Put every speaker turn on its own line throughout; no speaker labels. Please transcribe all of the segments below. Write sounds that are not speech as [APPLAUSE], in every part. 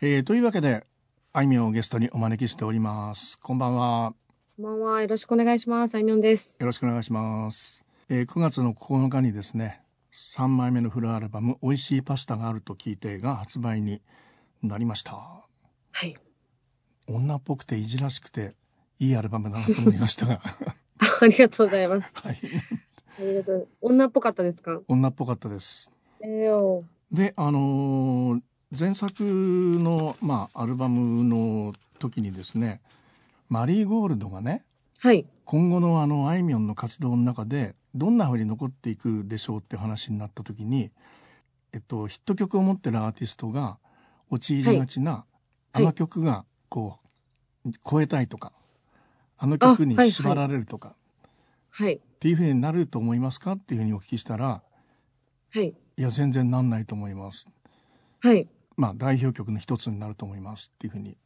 えー、というわけで、あいみょんをゲストにお招きしております。こんばんは。
こんばんは。よろしくお願いします。あいみょんです。
よろしくお願いします。えー、9月の9日にですね、3枚目のフルアルバム、美味しいパスタがあると聞いてが発売になりました。
はい。
女っぽくていじらしくて、いいアルバムだなと思いましたが、
[LAUGHS] あありがとうございます。
はい。
ありがとう。女っぽかったですか
女っぽかったです。
ええよ。
であのー前作の、まあ、アルバムの時にですねマリーゴールドがね
はい。
今後のあのあいみょんの活動の中でどんな風に残っていくでしょうっていう話になった時に、えっと、ヒット曲を持ってるアーティストが陥りがちな、
いはい
あの曲がこう超えたいとかあの曲に
あはいはい
縛られるとか、
はい。
っていう風になると思いますかっていう風にお聞きしたら
はい。
いや全然なんないと思います
はい。
まあ、代表曲の一つになると思いますっていうふうに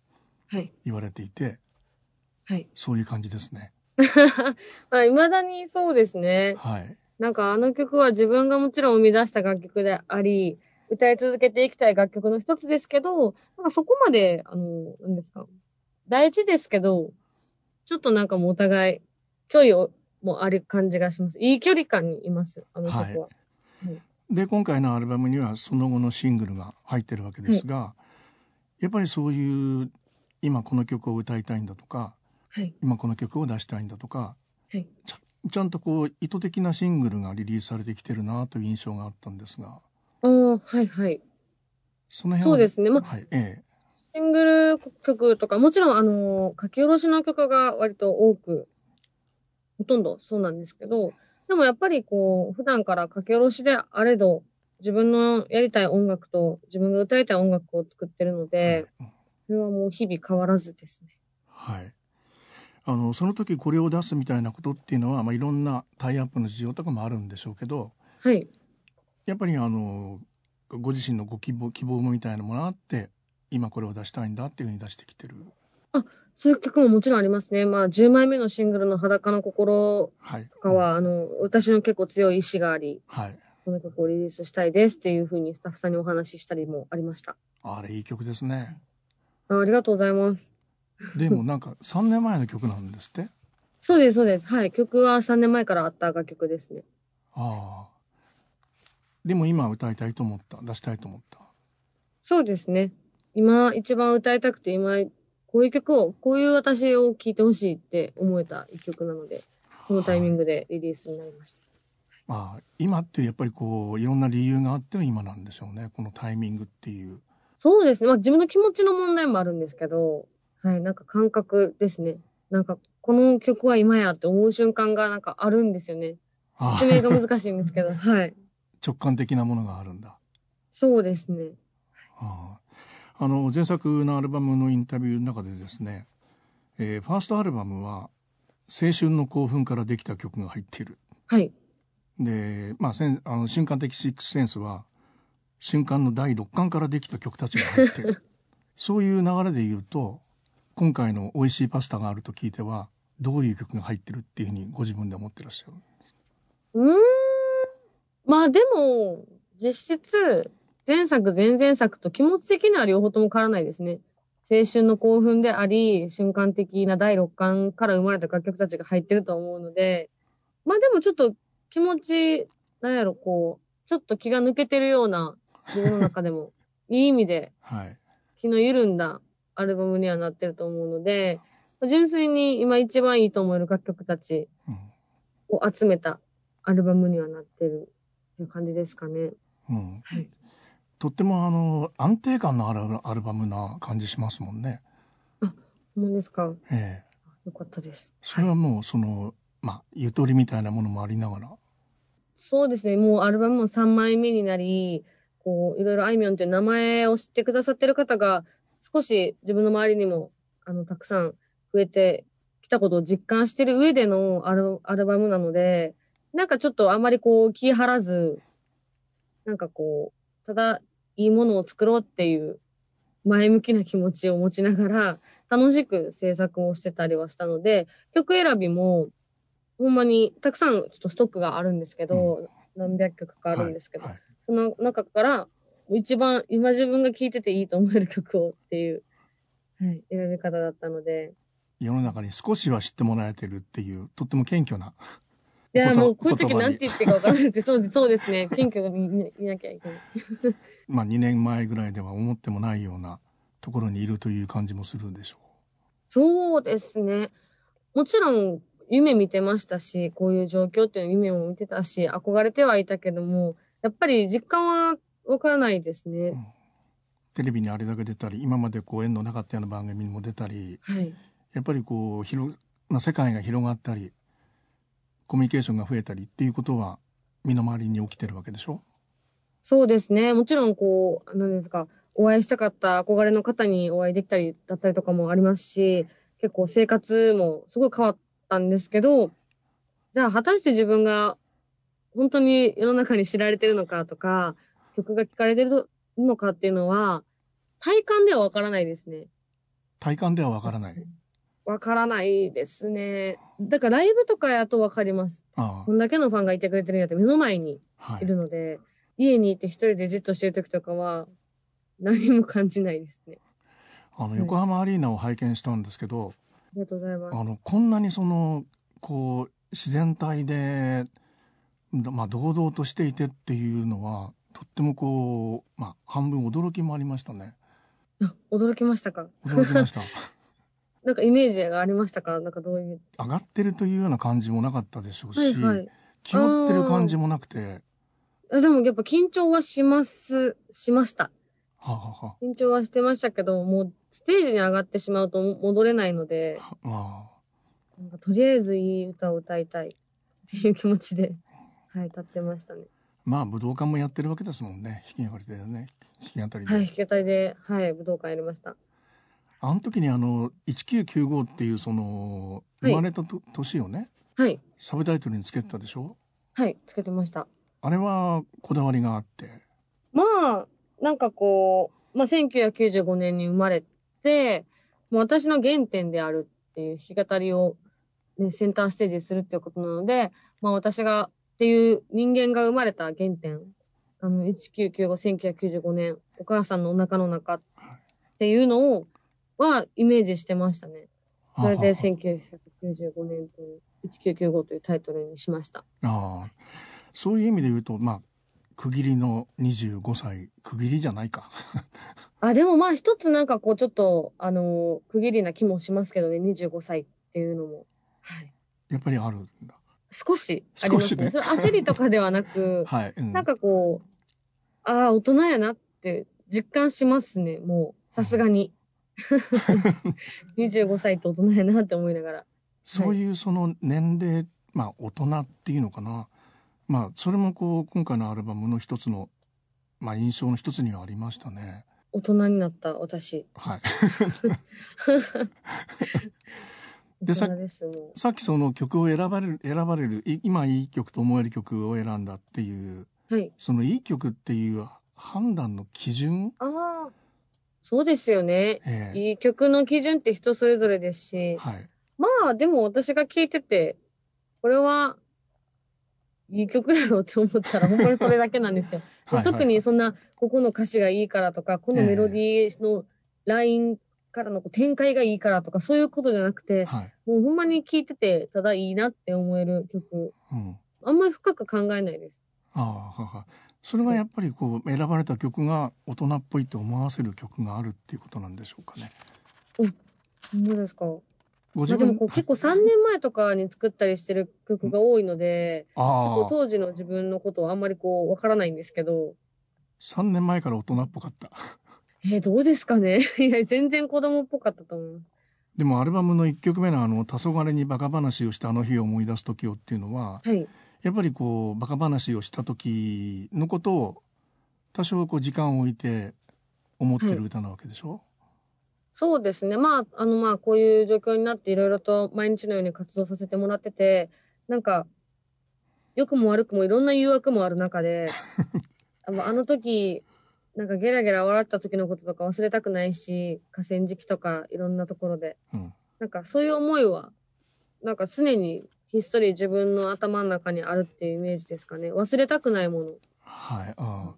はい。
言われていて
[LAUGHS] はい。
そういう感じですね
まあ、未だにそうですね。
はい
なんかあの曲は自分がもちろん生み出した楽曲であり、歌い続けていきたい楽曲の一つですけど、なんかそこまで、あの、なんですか。大事ですけど、ちょっとなんかもうお互い、距離を、もある感じがします。いい距離感にいます。あの曲は。
はいで今回のアルバムにはその後のシングルが入ってるわけですが、やっぱりそういう今この曲を歌いたいんだとか
はい。
今この曲を出したいんだとか、
はい
ちゃちゃんとこう意図的なシングルがリリースされてきてるなという印象があったんですが
ああ、はいはい。
その辺は
そうですね。まあ、
はいえ
シングル曲とか、もちろん、あの、書き下ろしの曲が割と多く、ほとんどそうなんですけど、でもやっぱりこう、普段から書き下ろしであれど、自分のやりたい音楽と自分が歌いたい音楽を作ってるの
え
で、
はい
それはもう日々変わらずですね。
はい。あのその時これを出すみたいなことっていうのは、まあ、いろんなタイアップの事情とかもあるんでしょうけど
はい。
やっぱりあのご自身のご希望希望みたいなものがあって今これを出したいんだっていうふうに出してきてる。
そういう曲ももちろんありますね。まあ、10枚目のシングルの裸の心
はい。
とかは、あの、私の結構強い意志があり、
はい。
この曲をリリースしたいですっていうふうにスタッフさんにお話ししたりもありました。
あれいい曲です
[LAUGHS]
ね。
あありがとうございます。
でもなんか3年前の曲なんですって。
そうです、そうです。はい。曲は3年前からあった楽曲ですね。
ああ。でも今歌いたいと思った出したいと思った。
そうですね。今一番歌いたくて、今こういう曲を、こういう私を聴いてほしいって思えた一曲なので、このタイミングでリリースになりました。
まあ今ってやっぱりこういろんな理由があっての今なんでしょうねこのタイミングっていう。
そうですね。まあ自分の気持ちの問題もあるんですけど、はい。なんか感覚ですね。なんかこの曲は今やって思う瞬間がなんかあるんですよね。
ああ
説明が難しいんですけ [LAUGHS] ど、はい。
直感的なものがあるんだ。
そうですね。
あああの前作のアルバムのインタビューの中でですね、えーファーストアルバムは青春の興奮からできた曲が入っている
はい。
で、まあ、せんあの瞬間的シックスセンスは瞬間の第6巻からできた曲たちが入っているそういう流れで言うと今回の「美味しいパスタがあると聞いてはどういう曲が入ってるっていうふうにご自分で思ってらっしゃる
うーん。まあでも、実質、前作、前々作と気持ち的には両方とも変わらないですね。青春の興奮であり、瞬間的な第6巻から生まれた楽曲たちが入ってると思うので、まあでもちょっと気持ち、なんやろ、こう、ちょっと気が抜けてるような、自分の中でも、いい意味で
はい
気の緩んだアルバムにはなってると思うので、純粋に今一番いいと思える楽曲たち
うん
を集めたアルバムにはなってるっていう感じですかね。
うん
はい
とってもあの安定感のあるアルバムな感じしますもんね。
ほんまですか
ええ
よかったです。
それはもうその、まあゆとりみたいなものもありながら
そうですね。もうアルバムも3枚目になり、こう、いろいろあいみょんという名前を知ってくださってる方が、少し自分の周りにも、あの、たくさん増えてきたことを実感してる上でのアルアルバムなので、なんかちょっとあまりこう、気張らず、なんかこう、ただいいものを作ろうっていう前向きな気持ちを持ちながら、楽しく制作をしてたりはしたので、曲選びも、ほんまにたくさんちょっとストックがあるんですけど、何百曲かあるんですけど、
はいはい
その中から一番今自分が聴いてていいと思える曲をっていう、はい、選び方だったので。
世の中に少しは知ってもらえてるっていうとっても謙虚な
いや、
こと
もうこういう時
言葉に
なんて言っていいか分からなくて、そうそうですね。謙虚にいなきゃいけない。
まあ2年前ぐらいでは思ってもないようなところにいるという感じもするでしょ
そうですね。もちろん、夢見てましたし、こういう状況っていう夢も見てたし、憧れてはいたけども、やっぱり実感はわからないです
う、う
ね。
んテレビにあれだけ出たり今までこう縁のなかったような番組にも出たり
はい。
やっぱりこう広な世界が広がったりコミュニケーションが増えたりっていうことは身の回りに起きてるわけでしょ
そうですね。もちろん、こう、何ですか、お会いしたかった憧れの方にお会いできたりだったりとかもありますし、結構生活もすごい変わったんですけど、じゃあ果たして自分が本当に世の中に知られてるのかとか、曲が聴かれてるのかっていうのは、体感ではわからないですね。
体感ではわからない
わからないですね。だからライブとかやとわかります。
あ
こんだけのファンがいてくれてるんやって目の前に
あはい
いるので、家にいて一人でじっとしてる時とかは、何も感じないですね。
あの
い
横浜アリーナを拝見したんですけど、
ありがとうございます。
あのこんなにそのこう自然体で、まあ、堂々としていてっていうのはとってもこう、まあ、半分驚きもありましたね
あ驚きましたか
驚きました
[LAUGHS] なんかイメージがありましたかなんかどういう。
上がってるというような感じもなかったでしょうし、
はいはい。
気負ってる感じもなくて
あでもやっぱ緊張はします、しました。
はあは
緊張はしてましたけど、もうステージに上がってしまうと戻れないので、
あはあ
なんかとりあえずいい歌を歌いたいっていう気持ちで、はい、歌ってましたね。
まあ武道館もやってるわけですもんね弾き語りでね弾き語りで、
はい、弾き語りで、はい、武道館やりました。
あの時にあの1995っていうその
はい
生まれたと、年をね
はい、
サブタイトルにつけてたでしょ
はい、つけてました。
あれはこだわりがあって
まあ、なんかこう、まあ、1995年に生まれて、もう私の原点であるっていう弾き語りを、ね、センターステージにするっていうことなので、まあ、私が、っていう人間が生まれた原点、あの、1995、1995年、お母さんのお腹の中っていうのを、は、イメージしてましたね。それで
は
1995年という、1995というタイトルにしました。
あはあああそういう意味で言うとまあ区切りの25歳区切りじゃないか [LAUGHS]
あ、でもまあ一つなんかこうちょっと、あのー区切りな気もしますけどね、25歳っていうのも。はい。
やっぱりあるんだ
少しありますね。
少
それ焦りとかではな [LAUGHS] く、
はい、うん
なんかこう、ああ、大人やなって実感しますね、もう、さすがに。25歳って大人やなって思いながら。
そういうその年齢まあ大人っていうのかなまあそれもこう今回のアルバムの一つのまあ印象の一つにはありましたね
大人になった私。 [LAUGHS]
はいで
大
さ
人です、も
さっきその曲を選ばれる選ばれるい今いい曲と思える曲を選んだっていう
う。はい。
そのいい曲っていう判断の基準、
ああ、そうですよね。
ええ
いい曲の基準って人それぞれですし、
はい、
まあ、でも私が聞いてて、これは、いい曲やろうって思ったら、ほんまにそれだけなんですよ。
[LAUGHS] はい
特にそんな、ここの歌詞がいいからとか、このメロディーのラインからのこう展開がいいからとか、そういうことじゃなくて、
はい、
もうほんまに聞いてて、ただいいなって思える曲。
うん、
あんまり深く考えないです。
ああははそれはやっぱりこう選ばれた曲が大人っぽいと思わせる曲があるっていうことなんでしょうかね。
ほんまですか。
ご
まあ、でもこう
はい
結構3年前とかに作ったりしてる曲が多いので、こう
ああ
当時の自分のことはあんまりこう、わからないんですけど、
三年前から大人っぽかった。
えーどうですかね [LAUGHS] いや、全然子供っぽかったと思います。
でもアルバムの一曲目のあの「黄昏にバカ話をしたあの日を思い出す時を」っていうのは
はい。
やっぱりこうバカ話をした時のことを多少こう時間を置いて思ってる歌なわけでしょ、
そうですね。まあ、あの、まあ、こういう状況になって、いろいろと毎日のように活動させてもらってて、なんか、良くも悪くもいろんな誘惑もある中で、あのあの時、なんかゲラゲラ笑った時のこととか忘れたくないし、河川敷とかいろんなところで、
うん
なんかそういう思いは、なんか常にひっそり自分の頭の中にあるっていうイメージですかね。忘れたくないもの。
はいああ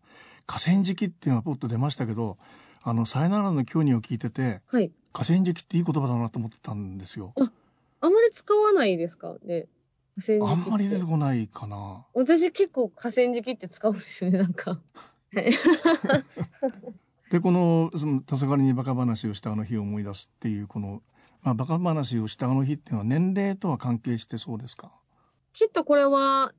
河川敷っていうのはポッと出ましたけど、あの、さよならの教人を聞いてて、
はい。
河川敷っていい言葉だなと思ってたんですよ。
あまり使わないですかね。河
あ
川敷っ
ん
て
まり出てこないかな。
私結構河川敷って使うんですよね、なんか。
で、この、その、黄昏にバカ話をしたあの日を思い出すっていう、この、まあ、バカ話をしたあの日っていうのは年齢とは関係してそうですか
きっとこれは、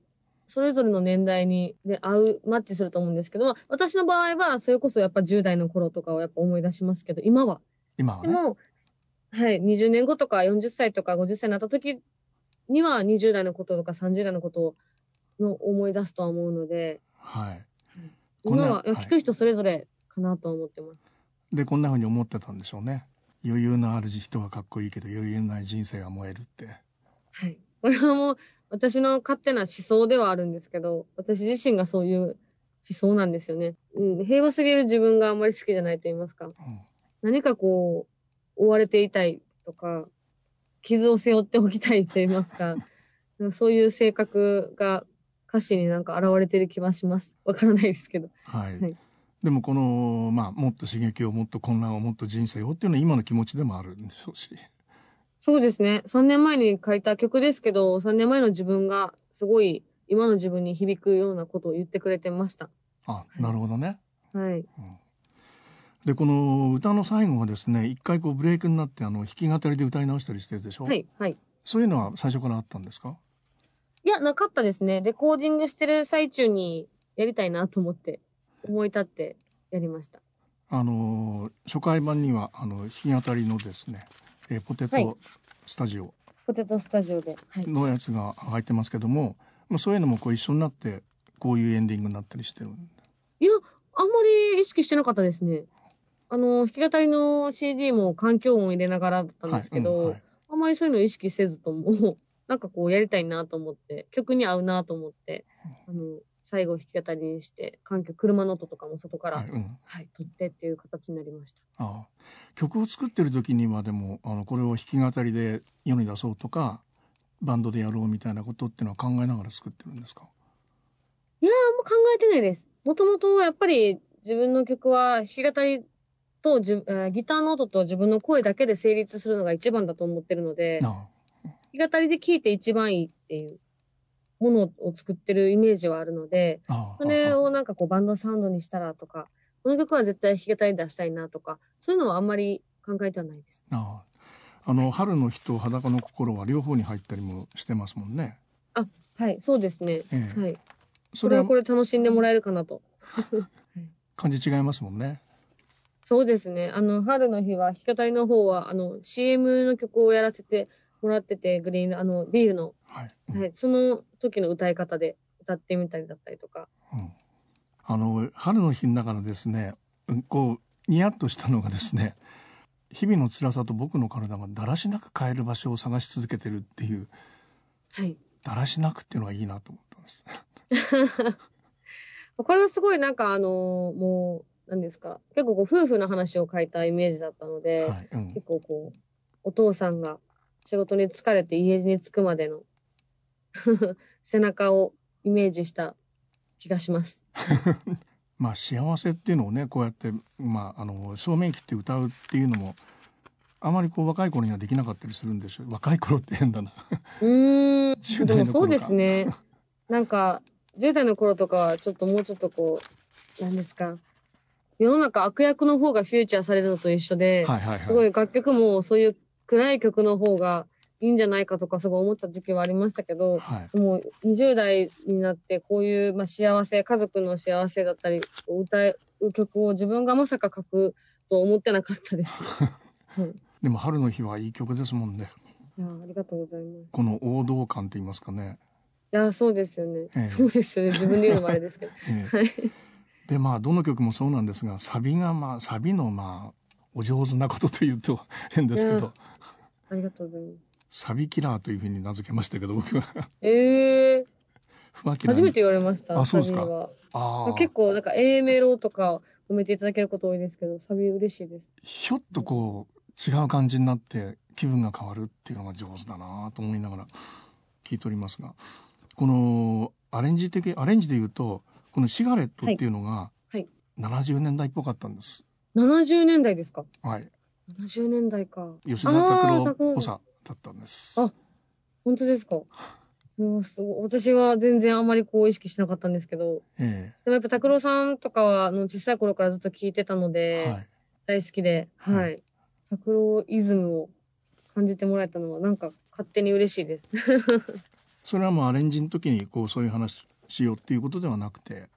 それぞれの年代に、で、合う、マッチすると思うんですけども、私の場合は、それこそやっぱ10代の頃とかをやっぱ思い出しますけど、今は。
今は
で
ね。
も、はい、20年後とか40歳とか50歳になった時には、20代のこととか30代のことの思い出すとは思うので、
はい。こんな
今は、いや
はい
聞く人それぞれかなとは思ってます。
で、こんな風に思ってたんでしょうね。余裕のある人はかっこいいけど、余裕ない人生は燃えるって。
はい。これはもう、私の勝手な思想ではあるんですけど、私自身がそういう思想なんですよね。うん、平和すぎる自分があんまり好きじゃないと言いますか。
うん
何かこう、追われていたいとか、傷を背負っておきたいと言いますか、 [LAUGHS] なんかそういう性格が歌詞になんか現れてる気はします。わからないですけど。
はい。
はい
でもこの、まあ、もっと刺激を、もっと混乱を、もっと人生をっていうのは今の気持ちでもあるんでしょうし。
そうですね。3年前に書いた曲ですけど、3年前の自分がすごい今の自分に響くようなことを言ってくれてました。
あ、なるほどね。
はい。
で、この歌の最後はですね、一回こうブレイクになって、あの、弾き語りで歌い直したりしてるでしょ
はい、はい。
そういうのは最初からあったんですか
いや、なかったですね。レコーディングしてる最中にやりたいなと思って、思い立ってやりました。
あの、初回版には、あの、弾き語りのですね、えーポテ
はい
トスタジオ
ポテトスタジオで。はい。
のやつが入ってますけども、まあそういうのもこう一緒になって、こういうエンディングになったりしてる。
いや、あんまり意識してなかったですね。あの、弾き語りの CD も環境音を入れながらだったんですけ
は
ど、
いうんはい
あんまりそういうの意識せずとも、 [LAUGHS] なんかこうやりたいなと思って、曲に合うなと思って、あの、最後弾き語りにして、環境、車の音とかも外から、
は、
はいい、
うん。
撮ってっていう形になりました。
ああ曲を作ってる時にはでもあのこれを弾き語りで世に出そうとかバンドでやろうみたいなことっていうのは考えながら作ってるんですか
いやー、あんま考えてないです。もともとやっぱり自分の曲は弾き語りとじゅ、えーギターの音と自分の声だけで成立するのが一番だと思ってるので、弾
あ
き語りで聴いて一番いいっていうものを作ってるイメージはあるので、
あああ
それ
あ
をなんかこうバンドサウンドにしたらとか、この曲は絶対弾き語り出したいなとか、そういうのはあんまり考えてはないです。
あああの春の日と裸の心は両方に入ったりもしてますもんね。
はい、そうですね。
ええ
はい。
そ
こ
れ
れ
は
はこれ楽しんでもらえるかなと。
感じ違いますもんね。
そうですね。あの、春の日は、弾き語りの方は、あの、CM の曲をやらせてもらってて、グリーンの、あの、ビールの、
はい。うん
はい、その時の歌い方で歌ってみたりだったりとか。
うんあの春の日の中のですね、うんこうニヤッとしたのがですね、日々の辛さと僕の体がだらしなく変える場所を探し続けてるっていう
はい。
だらしなくっていうのがいいなと思ったんです。
これはすごいなんか、あのもう、何ですか。結構こう、夫婦の話を書いたイメージだったので、
はい、うん
結構こう、お父さんが仕事に疲れて家に着くまでの [LAUGHS] 背中をイメージした気がします。
まあ幸せっていうのをねこうやって、まあ、あの正面切って歌うっていうのもあまりこう若い頃にはできなかったりするんでしょ若い頃って変だな
うーん。
10
で
代
も
の
そ
頃
う
か
ですね。なんか、10代の頃とかは、ちょっともうちょっとこう、なんですか。世の中悪役の方がフューチャーされるのと一緒で、
はいはいはい
すごい楽曲もそういう暗い曲の方がいいんじゃないかとか、すごい思った時期はありましたけど、
はい、
もう20代になってこういう、まあ、幸せ、家族の幸せだったり、こう歌う曲を自分がまさか書くと思ってなかっ
[LAUGHS]
たです。
でも「春の日」はいい曲ですもんね
いやありがとうございます。
この王道感って言いますかね、
いや、そうですよね。
ええ
そうですよね。自分で言うのもあれです
[LAUGHS]
けど。
え
[LAUGHS]
えでまあどの曲もそうなんですがサビがまあサビのまあお上手なことというと [LAUGHS] 変ですけ
い
ど
やありがとうございます。
サビキラーというふうに名付けましたけど僕は [LAUGHS]
ええ
不明
初めて言われました。
あそうですか
サビは
あ
ま
あ
あ結構なんか A メロとか褒めていただけること多いですけど、サビ嬉しいです。
ひょっとこう違う感じになって気分が変わるっていうのが上手だなと思いながら聞いておりますがこのアレンジ的アレンジで言うとこの「シガレット」っていうのが、
いはい
70年代っぽかったんです。
70年代ですか
はい。
70年代か。
吉田拓
あー拓
郎
郎
っぽさだったんです。
あ本当ですかうわすごい私は全然あまりこう意識しなかったんですけど、
え
でもやっぱ拓郎さんとかは、あの、小さい頃からずっと聞いてたの
え
で、
はい。
大好きで、
は
はいい。拓郎イズムを感じてもらえたのは、なんか勝手に嬉しいです。
それはもうアレンジの時にこうそういう話しようっていうことではなくて、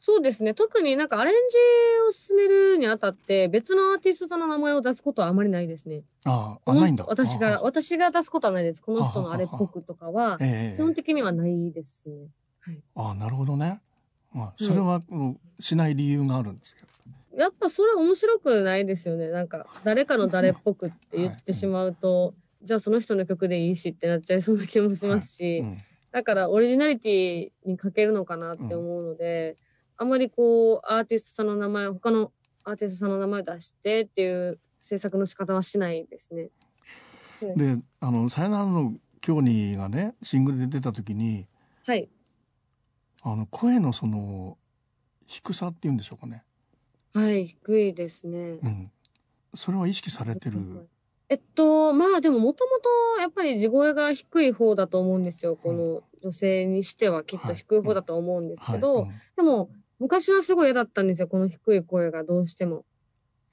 そうですね。特になんかアレンジを進めるにあたって、別のアーティストさんの名前を出すことはあまりないですね。
ああ、
こ
あ
の
ないんだ。
私
あ
が、
あ
私が出すことはないです。この人のあれっぽくとかは、
え
基
え
本的にはないですね。
ああ、なるほどね。まあ、
うん
それはこのしない理由があるんですけど。
やっぱそれ面白くないですよね。なんか、誰かの誰っぽくって言ってしまうと、じゃあその人の曲でいいしってなっちゃいそうな気もしますし、
うん、
だからオリジナリティに欠けるのかなって思うので、あまりこう、アーティストさんの名前、他のアーティストさんの名前を出してっていう制作の仕方はしないですね。
で、あの、さよならの今日にがね、シングルで出た時に、
はい。
あの、声のその、低さっていうんでしょうかね。
はい、低いですね。
うん。それは意識されてる。
えっと、まあでももともとやっぱり地声が低い方だと思うんですよ。この女性にしてはきっと低い方だと思うんです
は
け
い。
ど、
うん
でも昔はすごい嫌だったんですよ。この低い声がどうしても。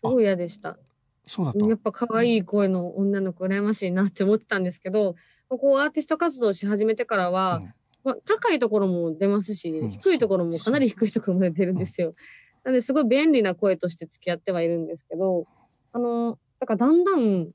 すごい嫌でした。
そうだ
やっ
と。
ぱ可愛い声の女の子羨ましいなって思ってたんですけど、こうアーティスト活動し始めてからは、
うん
まあ、高いところも出ますし、
うん
低いところもかなり低いところまで出るんですよ。なんですごい便利な声として付き合ってはいるんですけど、あの、だからだんだん、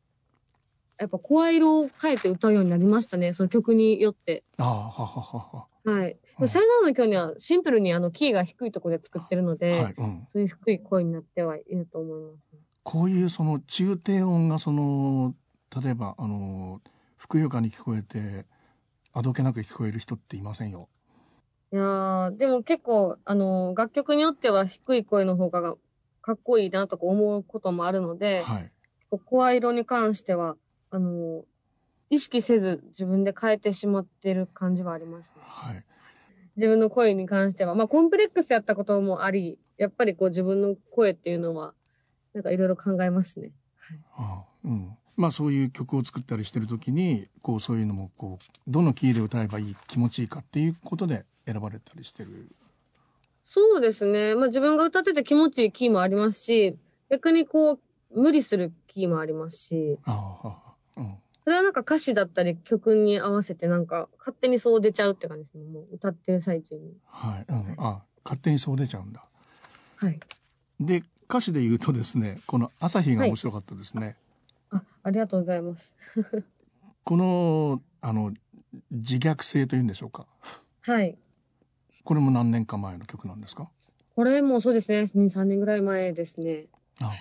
やっぱ声色を変えて歌うようになりましたね、その曲によって。
ああ、はははは。
はい。
うん
さよならの今日にはシンプルにあのキーが低いところで作ってるので、
はい。うん。
そういう低い声になってはいると思います、ね。
こういうその中低音がその例えばあのふくよかに聞こえてあどけなく聞こえる人っていませんよ。
いやー、でも結構、あのー楽曲によっては低い声の方がかっこいいなとか思うこともあるので、
はい。
声色に関しては、あのー意識せず自分で変えてしまってる感じはありますね。
はい。
自分の声に関しては、まあコンプレックスやったこともあり、やっぱりこう自分の声っていうのは、なんかいろいろ考えますね。
ああうん。まあそういう曲を作ったりしてる時にこうそういうのもこうどのキーで歌えばいい気持ちいいかっていうことで選ばれたりしてる。
そうですね。まあ自分が歌ってて気持ちいいキーもありますし、逆にこう、無理するキーもありますし、
ああはあうん。
それはなんか歌詞だったり曲に合わせてなんか勝手にそう出ちゃうって感じですね。もう歌ってる最中に。
はい。うん。あ勝手にそう出ちゃうんだ。
はい。
で歌詞で言うとですねこの朝日が面白かったですね。
あ、ありがとうございます。
このあの自虐性というんでしょうか。
はい。
これも何年か前の曲なんですか。
これもそうですね。2、3年ぐらい前ですね。
ああ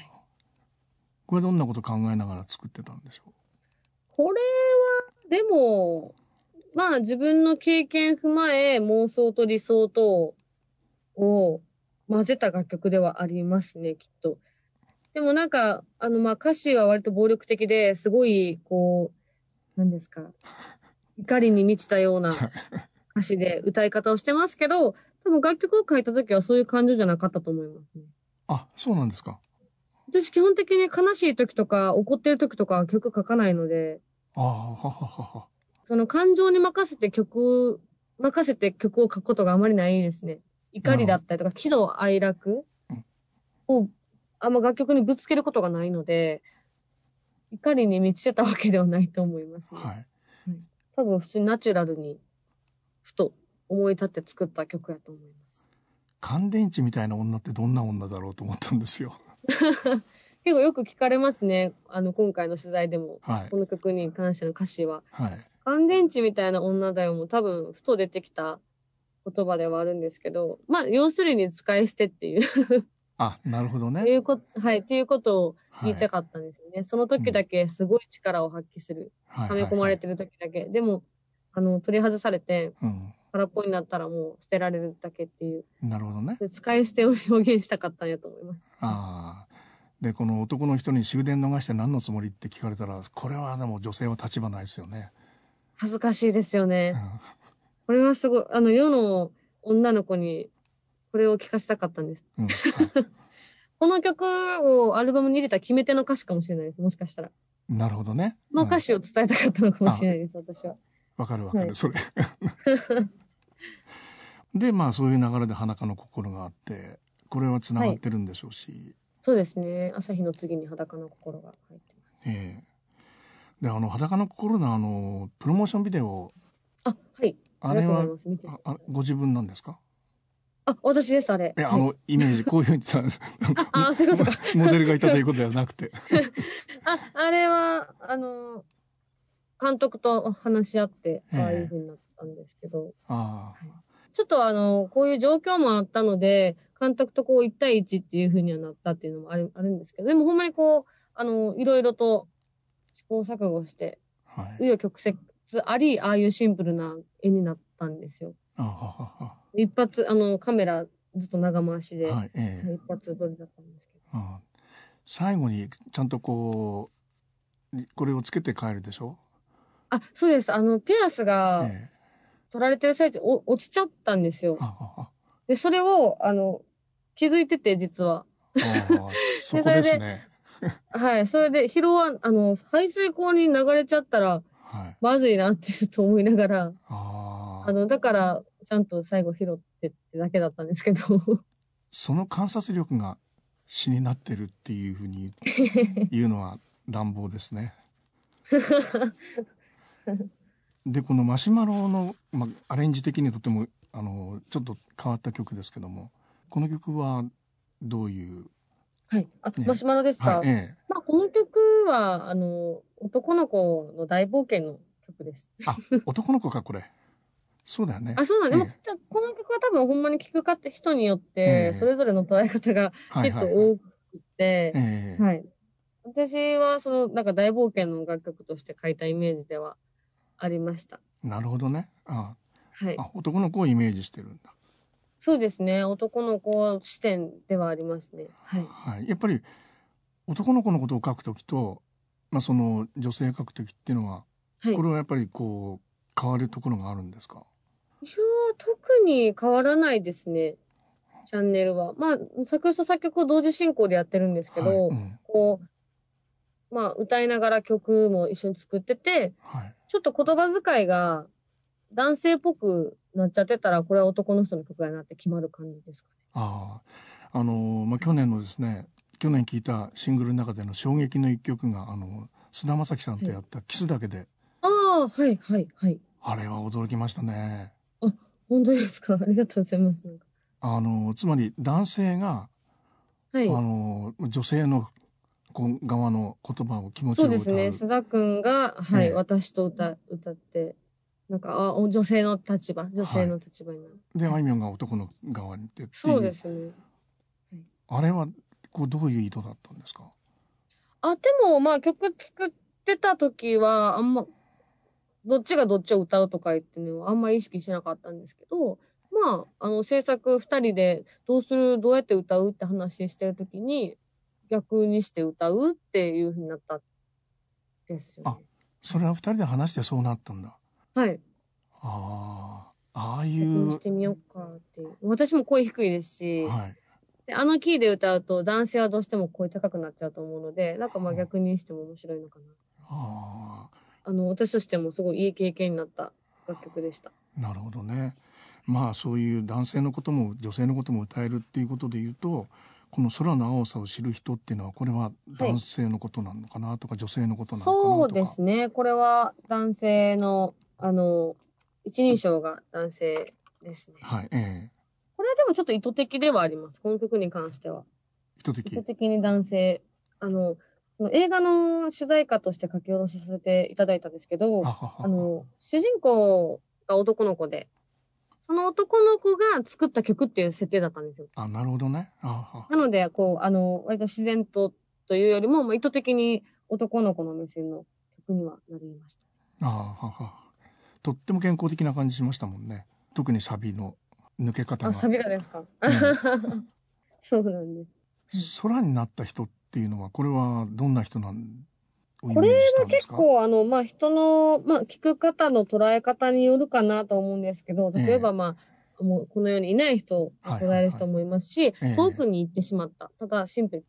これどんなこと考えながら作ってたんでしょ
これは、でも、まあ自分の経験踏まえ妄想と理想とを混ぜた楽曲ではありますね、きっと。でもなんか、あのまあ歌詞は割と暴力的ですごい、こう、何ですか、怒りに満ちたような
はい
歌詞で歌い方をしてますけど、多分楽曲を書いた時はそういう感情じゃなかったと思いますね。
う。あ、そうなんですか。
私基本的に悲しい時とか怒ってる時とかは曲書かないので、
ああ、はははは。
その感情に任せて曲、任せて曲を書くことがあまりないですね。怒りだったりとか、喜怒哀楽
うん
をあんま楽曲にぶつけることがないので、怒りに満ちてたわけではないと思います、ね
はい。
多分普通にナチュラルに、ふと思い立って作った曲やと思います。
乾電池みたいな女ってどんな女だろうと思ったんです
[LAUGHS]
よ。
結構よく聞かれますね。あの、今回の取材でも。
はい
こ。の曲に関しての歌詞は。
はい。
乾電池みたいな女だよも多分ふと出てきた言葉ではあるんですけど、まあ要するに使い捨てっていうっ
あ、なるほど
てい
ね。
うこと、 [LAUGHS] はい、っていうことを
は
言いたかったんですよね。その時だけすごい力を発揮する。
は
はめ込まれてる時だけ。でも、あの、取り外されて
はいはいはい
空っぽになったらもう捨てられるだけっていう、
うん。なるほどね。
で使い捨てを表現したかったんやと思います。
ああ。で、この男の人に終電逃して何のつもりって聞かれたら、これはでも女性は立場ないですよね。
恥ずかしいですよ
う
ね。
ん
これはすごい、あの、世の女の子にこれを聞かせたかったんです。
うん。はい
この曲をアルバムに入れた決め手の歌詞かもしれないです。もしかしたら。
なるほど
[LAUGHS]
ね。
の歌
わ、
詞を伝えたかったのかもしれないです、私は。
うん、わかるわかる、
はい
そ
[LAUGHS]
れ。でまあそういう流れで「裸の心」があってこれはつながってるんでしょうし。
そうですね。朝日の次に裸の心が入ってます。
ええであの「裸の心」のあのプロモーションビデオ
あ、はい。
あ
あり
れ
がと
はい
うござます。見てくだ
あ
さい
あご自分なんですか
あ、私です、あれ。
え、
はい
あのイメージこういうふうにさ
[LAUGHS] ああそういうことか
モデルがいたということではなくて
あ、あれは、あの、監督と話し合って、
ええ
ああいう風になったんですけど、
あ
ちょっとあの、こういう状況もあったので、監督とこう1対1っていう風にはなったっていうのもあるあるんですけど、でもほんまにこう、あの、いろいろと試行錯誤して、
あはい
紆余曲折あり、ああいうシンプルな絵になったんですよ。
あはは
一発、あの、カメラずっと長回しで、
ははいええ
一発撮りだったんですけど。
ああ最後にちゃんとこうこれをつけて帰るでしょ、
あ、そうです。あの、ピアスが
ええ
撮られてる最中、お落ちちゃったんですよ。
あああ
で、それを、あの、気づいてて、実は。
ああそこですね
はい。それで、拾わ、あの、排水口に流れちゃったら、
はい
まずいなってずっと思いながら、
ああ
あの、だから、ちゃんと最後拾ってってだけだったんですけど。
その観察力が詩になってるっていうふうに言うのは乱暴です
[LAUGHS]
ね。でこのマシュマロの、まあ、アレンジ的にとてもあのちょっと変わった曲ですけどもこの曲はどういう、
はい。あ、
ええ
マシュマロですか、
はいえ
まあ、この曲は、あの、男の子の大冒険の曲です。
え、あ男の子かこれそうだよね
あ、そうなんでも、
ええ
じゃあこの曲は多分ほんまに聴くかって人によっ
え
て、
え
それぞれの捉え方が
はい
結
はい、
構
はい
多くて、
ええ
はい。私は、その、なんか大冒険の楽曲として書いたイメージではありました。
なるほどねあ
はい。
あ男の子をイメージしてるんだ、
そうですね。男の子視点ではありますね。はい。
はい、やっぱり男の子のことを書くときと、まあ、その女性書くときっていうのは
はい。い
こ
や
れはやっぱりこう変わるところがあるんですか。
ー特に変わらないですね。チャンネルは。まあ、作詞と作曲を同時進行でやってるんですけど、
はい、うん、
こう、まあ、歌いながら曲も一緒に作ってて、
はい、
ちょっと言葉遣いが男性っぽくなっちゃってたら、これは男の人の曲だなって決まる感じですかね。
ああ、あのーまあ去年のですね、去年聞いたシングルの中での衝撃の一曲があの菅田将暉さんとやったキスだけで、
ああ、はい、はい、はい。
あれは驚きましたね。
本当ですか [LAUGHS] ありがとうございます。なんか
あのーつまり男性が、
はい。
あのー女性のこう側の言葉を気持ち
そ
を
う
歌
で
う。
すね。須田くんが、はい、
ええ
私と歌、歌って、なんか、あ、お女性の立場、女性の立場になる。
で、あいみょんが男の側にってっていう。
そうですね。
あれはこうどういう意図だったんですか。
あ、でも、まあ、曲作ってた時は、あんま、どっちがどっちを歌うとか言ってね、あんまり意識しなかったんですけど、まあ、あの、制作二人で、どうする、どうやって歌うって話してる時に、逆にして歌うっていうふうになったんですよ、ね。
それは二人で話してそうなったんだ。
はい。
ああ、ああい
逆
う
にし。てみようかっていう。私も声低いですし、
はい。
であのキーで歌うと男性はどうしても声高くなっちゃうと思うので、なんかまあ逆にしても面白いのかな。
あ
あの、私としてもすごいいい経験になった楽曲でした。
あ、なるほどね。まあそういう男性のことも女性のことも歌えるっていうことで言うと、この空の青さを知る人っていうのはこれは男性のことなのかなとか、女性のことな
そ
の
う
かな
で
とか
す。ね。これは男性の、あの、一人称が男性ですね。
はい、ええ
これはでもちょっと意図的ではあります。この曲に関しては。
意図
意
的
図。的に男性、あの、その映画の主題歌として書き下ろしさせていただいたんですけど、
あは
あ
は。
の、主人公が男の子で、その男の子が作った曲っていう設定だったんですよ。
あ、なるほどね。あ
なので、こう、あの、割と自然とというよりも、まあ、意図的に男の子の目線の曲にはなりました。
はは。あはは。とっても健康的な感じしましたもんね。特にサビの抜け方
あ、
が。
サビがですか、 [LAUGHS] そうなんです。
空になった人っていうのはこれはどんな人なんをイ
こ
メー
れ
ジした
は
んです
結
か
構、あの、まあ、人の、まあ、聞く方の捉え方によるかなと思うんですけど、例えば、まあ、かもうこの世にいない人を
はいはい
捉える人もいますし、
ええ
遠くに行ってしまった。ただシンプル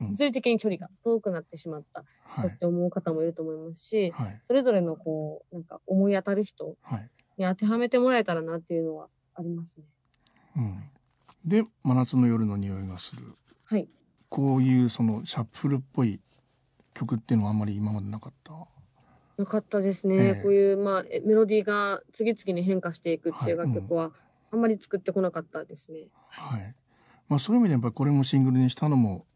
うん
に、物理的に距離が遠くなってしまった。
はい
って思う方もいると思いますし、
はい
それぞれのこう、なんか思い当たる人
はい、
に当てはめてもらえたらなっていうのはありますね。
うん、で真夏の夜の匂いがする
はい。
こういうそのシャッフルっぽい曲っていうのはあんまり今までなかった
なかったですね。
ええ
こういう、まあ、えメロディーが次々に変化していくっていう
はいうん
楽曲は、あんまり作ってこなかったですね。
はいまあ、そういう意味でやっぱりこれもシングルにしたのも、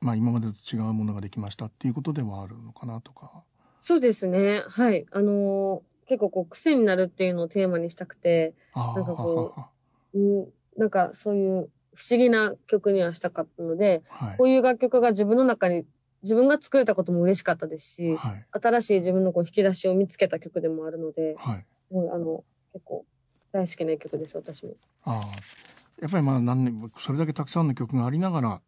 まあ、今までと違うものができましたっていうことではあるのかなとか。
そうですね。はい。あのー結構こう、癖になるっていうのをテーマにしたくて、
あー
なんかこ
は
うん、なんかそういう不思議な曲にはしたかったので、
はは
こういう楽曲が自分の中に、自分が作れたことも嬉しかったですし、
はい、はい
新しい自分のこう引き出しを見つけた曲でもあるので、
はい、
すごいあの、結構大好きな曲です、私も。
あーやっぱりまあ何年もそれだけたくさんの曲がありながら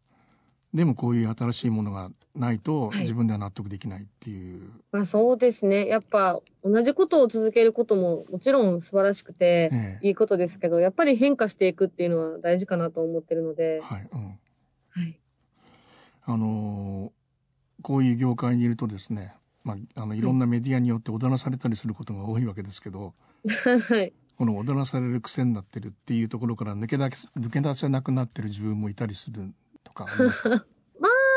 でもこういう新しいものがないと
はい
自分では納得できないっていう、
まあそうですね。やっぱ同じことを続けることももちろん素晴らしくて、
ええ
いいことですけど、やっぱり変化していくっていうのは大事かなと思ってるので、
はいうん、
はい。
あのーこういう業界にいるとですね、まあ、あのいろんなメディアによって踊らされたりすることが多いわけですけど、
はい。
この踊らされる癖になってるっていうところから抜け出せ抜け出せなくなってる自分もいたりするとかありますか
ま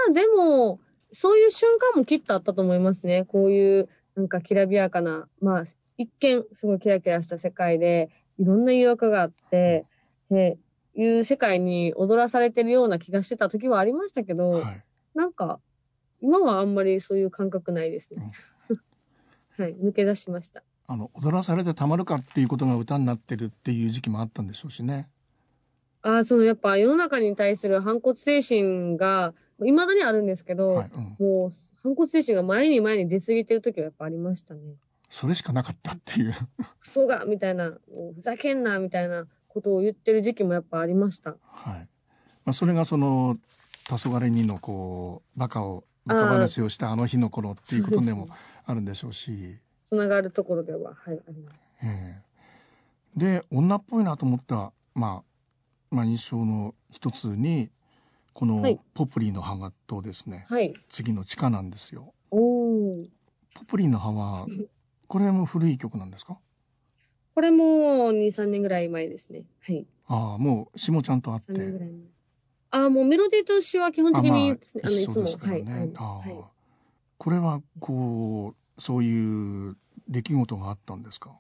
あでも、そういう瞬間もきっとあったと思いますね。こういうなんかきらびやかな、まあ一見すごいキラキラした世界で、いろんな誘惑があって、っていう世界に踊らされてるような気がしてた時はありましたけど、
はい、
なんか、今はあんまりそういう感覚ないですね。 [LAUGHS] はい、抜け出しました。
あの踊らされてたまるかっていうことが歌になってるっていう時期もあったんでしょうしね。
ああ、そのやっぱ世の中に対する反骨精神が、未だにあるんですけど、
はいうん、
もう反骨精神が前に前に出過ぎてる時はやっぱありましたね。
それしかなかったっていう [LAUGHS]
クソがみたいな、もうふざけんなみたいなことを言ってる時期もやっぱありました。
はいまあ、それがその「黄昏にのこうバカをバカ話をしたあの日の頃っていうことでもあるんでしょうし。
[LAUGHS] つながるところでは、はい、あります。
ええで女っぽいなと思った、まあ、まあ印象の一つにこ
はい
のポプリの葉がとですね、
はい。
次の地下なんですよ。
おお。
ポプリの葉はこれも古い曲なんですか
これも2、3年ぐらい前ですね。はい。
ああもう詩もちゃんとあって
3年ぐらい前。ああ、もうメロディーと詩は基本
あ
的
まあ
にですね、あの、い
一
つ
緒
も、
ですか
は
ら
い。あ
ね。あ
のはい
あこれはこうそういう出来事があったんですか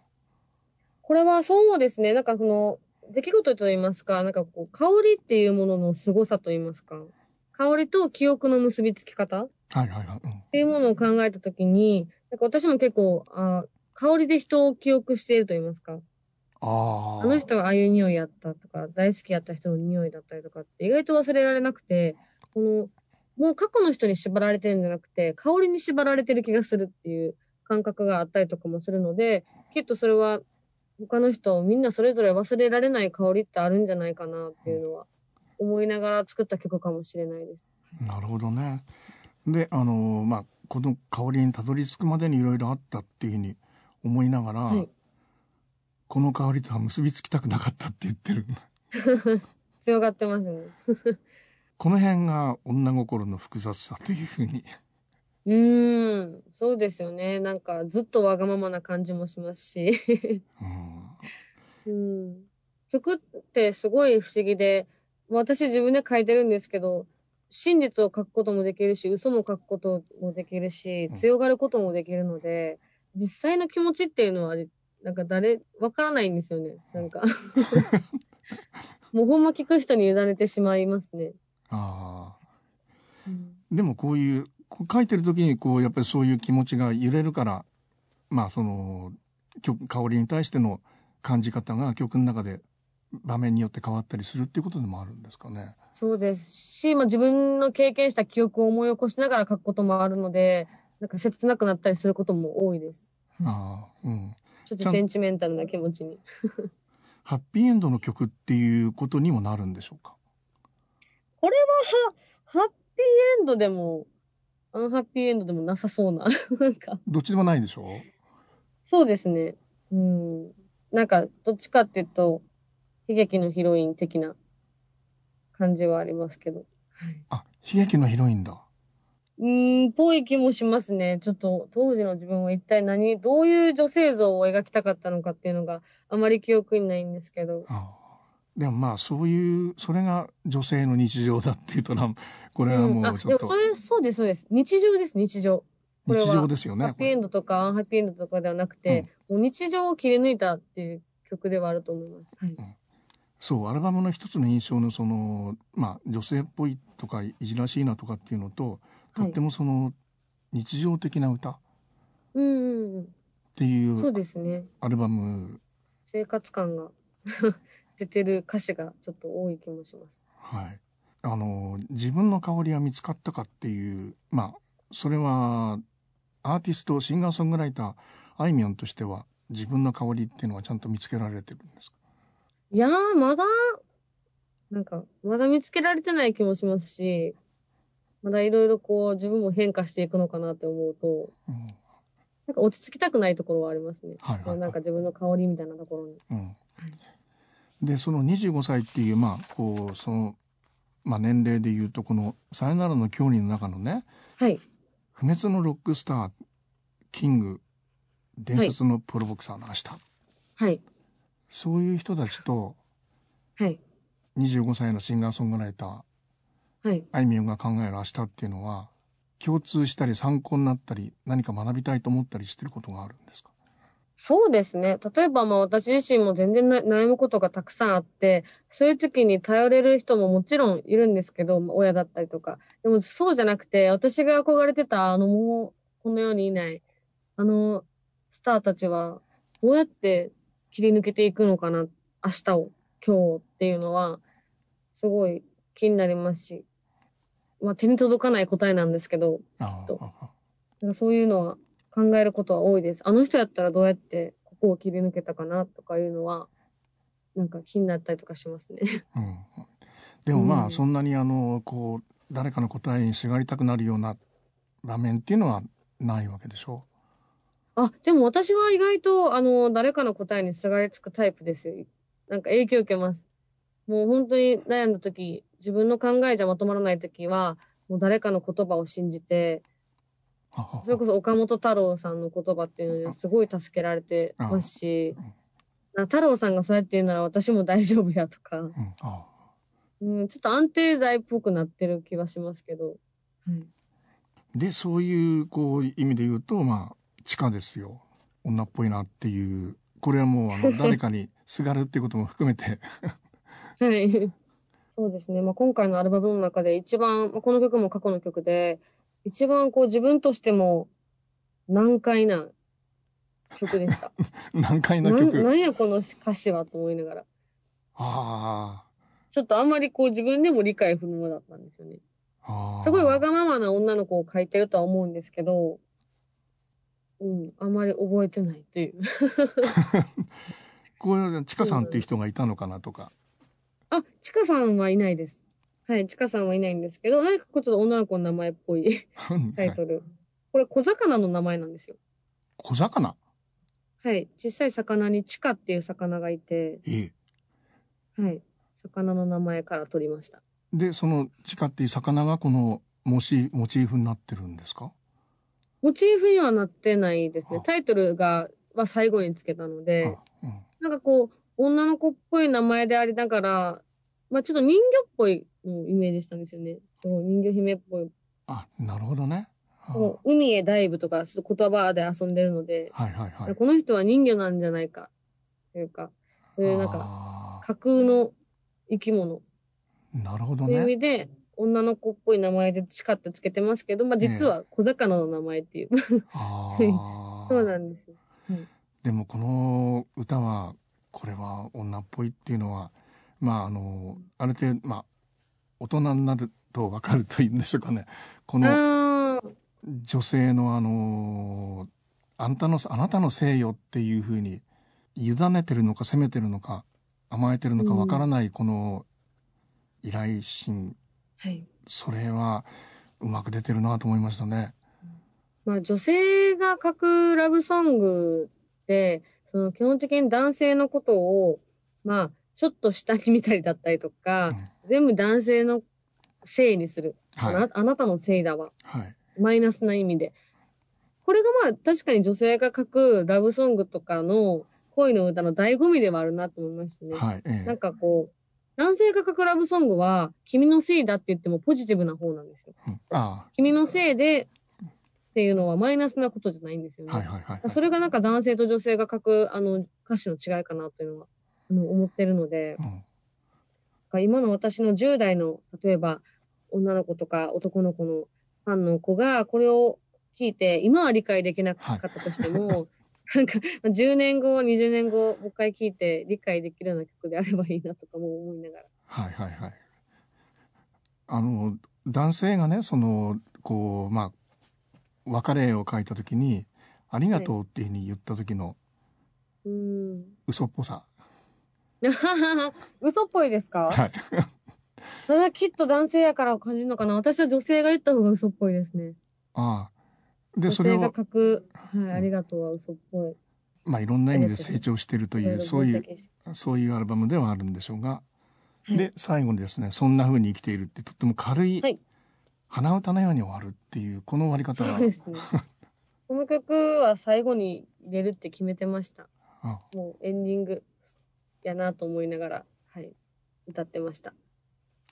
これはそうですね、なんかその、出来事といいますか、なんかこう、香りっていうものの凄さといいますか、香りと記憶の結びつき方っ
はいはいはい。うん
ていうものを考えたときに、なんか私も結構、あー香りで人を記憶していると言いますか、
ああ
あの人がああいう匂いやったとか、大好きやった人の匂いだったりとかって、意外と忘れられなくて、この、もう過去の人に縛られてるんじゃなくて、香りに縛られてる気がするっていう感覚があったりとかもするので、きっとそれは、他の人、みんなそれぞれ忘れられない香りってあるんじゃないかなっていうのは、思いながら作った曲かもしれないです。
なるほどね。であのまあこの香りにたどり着くまでにいろいろあったっていうふうに思いながら、
はい
この香りとは結びつきたくなかったって言ってる
強がってますね。
この辺が女心の複雑さというふうに
うーん、そうですよね。なんか、ずっとわがままな感じもしますし。
うん
うん曲ってすごい不思議で、私自分で書いてるんですけど、真実を書くこともできるし、嘘も書くこともできるし
うん、
強がることもできるので、実際の気持ちっていうのは、なんか誰、わからないんですよね。なん [LAUGHS] か。もうほんま聞く人に委ねてしまいますね。
あ
うん
ーでもこういうこう書いてる時にこうやっぱりそういう気持ちが揺れるからまあその曲香りに対しての感じ方が曲の中で場面によって変わったりするっていうことでもあるんですかね。
そうですし、まあ、自分の経験した記憶を思い起こしながら書くこともあるので、なんか切なくなったりすることも多いです。
あーうん
ちょっとセンチメンタルな気持ちに。
ハッピーエンドの曲っていうことにもなるんでしょうか。
これはは、ハッピーエンドでも、アンハッピーエンドでもなさそうな。 [LAUGHS] なんか、
どっちでもないでしょう。
そうですね。うん。なんか、どっちかっていうと、悲劇のヒロイン的な感じはありますけど。はい
あ悲劇のヒロインだ
うーん、ぽい気もしますね。ちょっと当時の自分は一体何、どういう女性像を描きたかったのかっていうのがあまり記憶にないんですけど。
あーでもまあそういうそれが女性の日常だっていうとなこれは
ん、
も
あ、
うちょっ
で
と
もそれ、そうです、そうです。日常です、日常。これは
日常ですよ
ハッ
ね。こ
ピーエ
れ
ンドとかアンハッピーエンドとかではなくて、もう日常を切り抜いたっていう曲ではあると思います。はい。
そうアルバムの一つの印象のそのまあ女性っぽいとかいじらしいなとかっていうのと、
は
と
い
ってもその日常的な歌っ
うんうん
てい
うん。そう
う
ですね。
アルバム
生活感が [LAUGHS] 出てる歌詞がちょっと多い気もします。
はい、あの自分の香りは見つかったかっていうまあそれはアーティストシンガーソングライターあいみょんとしては自分の香りっていうのはちゃんと見つけられてるんですか
いやー、まだ、なんか、まだ見つけられてない気もしますし、まだいろいろこう自分も変化していくのかなって思うと、
うん
なんか落ち着きたくないところはありますね。
はいはいはい
なんか自分の香りみたいなところに。
うん、でその25歳っていうまあこうその、まあ、年齢でいうとこの「さよならの距離」の中のね
はい。
不滅のロックスターキング伝説のプロボクサーの明日、
はい。
そういう人たちと
はい。
25歳のシンガーソングライター
はい。
あいみょんが考える明日っていうのは共通したり参考になったり何か学びたいと思ったりしてることがあるんですか
そうですね。例えば、まあ私自身も全然な悩むことがたくさんあって、そういう時に頼れる人ももちろんいるんですけど、まあ親だったりとか。でもそうじゃなくて、私が憧れてた、あのもう、この世にいない、あのスターたちは、どうやって切り抜けていくのかな、明日を、今日をっていうのは、すごい気になりますし、まあ手に届かない答えなんですけど、
あ
ど
あ
なんかそういうのは考えることは多いです。あの人やったらどうやってここを切り抜けたかなとかいうのは、なんか気になったりとかしますね。 [LAUGHS]
うん、でもま
う
あ
ん
そんなにあのこう誰かの答えにすがりたくなるような場面っていうのはないわけでしょ
あ、でも私は意外と、あの、誰かの答えにすがりつくタイプですよ。なんか影響受けます。もう本当に悩んだ時、自分の考えじゃまとまらない時は、もう誰かの言葉を信じて、
ははは
それこそ岡本太郎さんの言葉っていうのにはすごい助けられてますし
うん、
な太郎さんがそうやって言うなら私も大丈夫やとか。
うん、ああ
うん、ちょっと安定剤っぽくなってる気はしますけど。はい。
でそういうこう意味で言うとまあ地下ですよ女っぽいなっていうこれはもうあ
[LAUGHS]
の誰かにすがるっていうことも含めて [LAUGHS]
はい。 [LAUGHS] そうですね。まあ、今回のアルバムの中で一番、まあ、この曲も過去の曲で、一番こう自分としても難解な曲
[LAUGHS]
でした。
難解な
なんな
曲
んやこの歌詞はと思いながら。
あ
ちょっとあんまりこう自分でも理解不能だったんですよね。
あああ
すごいわがままな女の子を描いてるとは思うんですけど、うん、あんまり覚えてないという。
これ地下さんっていう人がいたのかなとか
あ、ちかさんはいないです。はい、ちかさんはいないんですけど、何かこうちょっと女の子の名前っぽいタイトル。これ小魚の名前なんですよ。
小魚
はい、小さい魚にチカっていう魚がいて、
ええ
はい、魚の名前から取りました。
でその地下っていう魚がこのモシモチーフになってるんですか
モチーフにはなってないですね
あ。
タイトルが、は最後につけたの
あ
で、
うん
なんかこう、女の子っぽい名前でありながら、まあちょっと人魚っぽいのをイメージしたんですよね。すごい人魚姫っぽい。
あなるほどねああ
もう海へダイブとか、ちょっと言葉で遊んでるので、
はいはいはい
この人は人魚なんじゃないかというか、そういうなんか
あ
架空の生き物
ーなるほど
という意
ね
味で、女の子っぽい名前でチカってつけてますけど、まあ
ええ
実は小魚の名前っていう。
あー
[LAUGHS] そうなんですよ。
でもこの歌はこれは女っぽいっていうのはまああのある程度まあ大人になると分かるというんでしょうかねこの
ああ、
女性のあのあんたのあなたのせいよっていうふうに委ねてるのか責めてるのか甘えてるのかわからないこの依頼心、
はい。
それはうまく出てるなと思いましたね。
まあ女性が書くラブソングって、その基本的に男性のことを、まあちょっと下に見たりだったりとか、
うん
全部男性のせいにする、あ
はい
な。あなたのせいだわ。
はい。
マイナスな意味で。これがまあ確かに女性が書くラブソングとかの恋の歌の醍醐味ではあるなと思いましたね。
はい。え
な
え
んかこう、男性が書くラブソングは、君のせいだって言ってもポジティブな方なんですよ。
うんあ
君のせいでっていうのはマイナスなことじゃないんですよ
あ、
ね。
はいはいはい。
それがなんか男性と女性が書くあの歌詞の違いかなというのはあの思ってるので、
うん
今の私の10代の、例えば女の子とか男の子のファンの子がこれを聞いて、今は理解できなかったとしても、なんか10年後、20年後、もう一回聞いて理解できるような曲であればいいなとかも思いながら。
はいはいはい。あの男性がねそのこうまあ別れを書いた時に「ありがとう」っていうふうに言った時の
うん。
嘘っぽさ、
嘘っぽいですか
はい、
それはきっと男性やから感じるのかな私は女性が言った方が嘘っぽいですね。
ああで
女
それ
性が
を、
書く、はい、
ん
ありがとうは嘘っぽい。
まあ、いろんな意味で成長してるとい
ろろ
うそういう
分析して
そういうアルバムではあるんでしょうが、
はい
で最後にですね「そんな風に生きている」ってとっても軽い、
はい
鼻歌のように終わるっていうこの終わり方
そ
は
うですね。この曲は最後に入れるって決めてました。
あ
もうエンディングやなと思いながら、はい、歌ってました。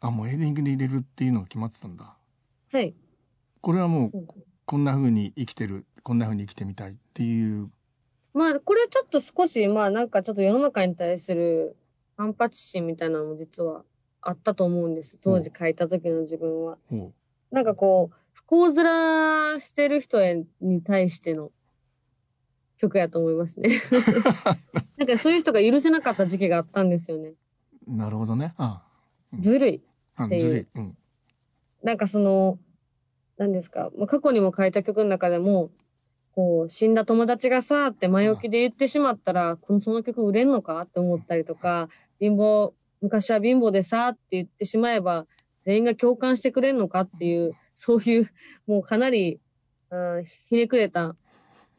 あもうエンディングで入れるっていうのが決まってたんだ
はい。
これはもう
そう
こんな風に生きてるこんな風に生きてみたいっていう
まあ、これちょっと少し、まあなんかちょっと世の中に対する反発心みたいなのも実はあったと思うんです。当時書いた時の自分は。
おう
なんかこう、不幸面してる人へに対しての曲やと思いますね。なんかそういう人が許せなかった時期があったんですよね。
なるほどねあ
ずるい。
あ
っていう
ずるい、うん、
なんかその、何ですか、まあ、過去にも書いた曲の中でも、こう、死んだ友達がさ、って前置きで言ってしまったら、このその曲売れんのかって思ったりとか、貧乏、昔は貧乏でさ、って言ってしまえば、全員が共感してくれんのかっていう、そういう、もうかなり、うんひねくれた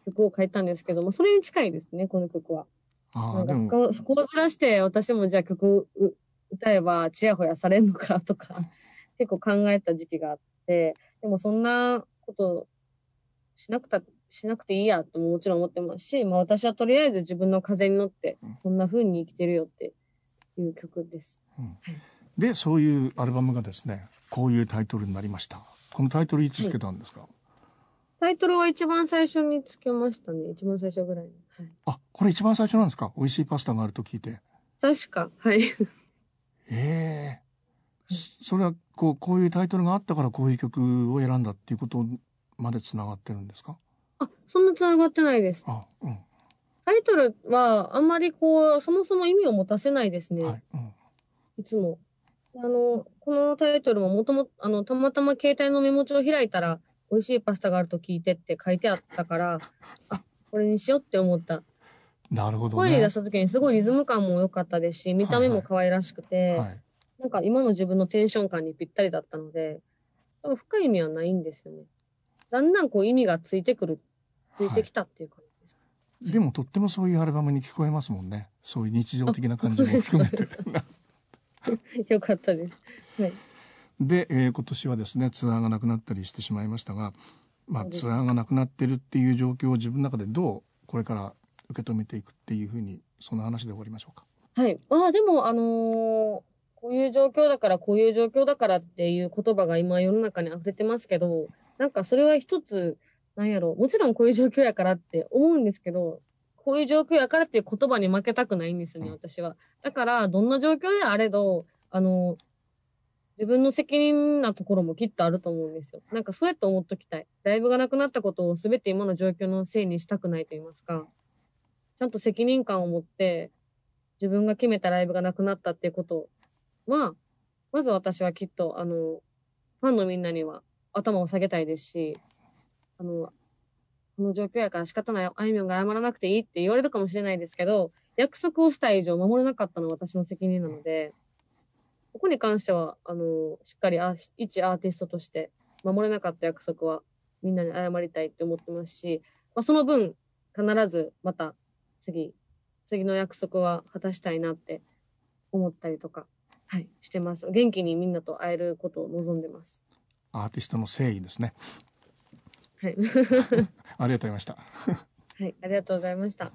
曲を書いたんですけども、それに近いですね、この曲は。
あ
な
あ
んか
で
不
も
幸不幸ずらして私もじゃあ曲う歌えばちやほやされんのかとか [LAUGHS] 結構考えた時期があってでもそんなことしなくたしなくていいやとももちろん思ってますし、まあ、私はとりあえず自分の風に乗って
うん
そんな風に生きてるよっていう曲です。
でそういうアルバムがですねこういうタイトルになりましたこのタイトルいつつけたんですか、
タイトルは一番最初につけましたね一番最初ぐらいに。はい
あこれ一番最初なんですか美味しいパスタがあると聞いて
確か、はい。 [LAUGHS]
ええ
うん
そそれはこうこういうタイトルがあったからこういう曲を選んだっていうことまでつながってるんですか
あ、そんな繋がってないです。
あうん
タイトルはあんまりこう、そもそも意味を持たせないですね。
はいうん
いつも。あの、このタイトルももとも、あの、たまたま携帯のメモ帳を開いたら、美味しいパスタがあると聞いてって書いてあったから、あ、これにしようって思った。
なるほど
声に
ね
出した時にすごいリズム感も良かったですし、見た目も可愛らしくて、
はい
なんか今の自分のテンション感にぴったりだったので、多分深い意味はないんですよね。だんだんこう意味がついてくる、ついてきたっていう感じです。
でもとってもそういうアルバムに聞こえますもんねそういう日常的な感じも含めて [LAUGHS]
[LAUGHS] よかったです。はい。
で、えー今年はですねツアーがなくなったりしてしまいましたが、まあ、
そうです
ツアーがなくなってるっていう状況を自分の中でどうこれから受け止めていくっていうふうにその話で終わりましょうか。
はい。まあでも、あのーこういう状況だから、こういう状況だからっていう言葉が今世の中に溢れてますけど、なんかそれは一つ、なんやろう、もちろんこういう状況やからって思うんですけど、こういう状況やからっていう言葉に負けたくないんですよね、私は。だから、どんな状況であれど、あのー自分の責任なところもきっとあると思うんですよ。なんかそうやって思っときたい。ライブがなくなったことを全て今の状況のせいにしたくないと言いますか。ちゃんと責任感を持って、自分が決めたライブがなくなったっていうことは、まず私はきっと、あの、ファンのみんなには頭を下げたいですし、あの、この状況やから仕方ない、あいみょんが謝らなくていいって言われるかもしれないですけど、約束をした以上守れなかったのは私の責任なので、ここに関しては、あの、しっかりあ一アーティストとして、守れなかった約束はみんなに謝りたいって思ってますし、まあ、その分、必ずまた次、次の約束は果たしたいなって思ったりとか、はい、してます。元気にみんなと会えることを望んでます。
アーティストの誠意ですね。
はい。 [LAUGHS]
ありがとうございました。
はい、ありがとうございました。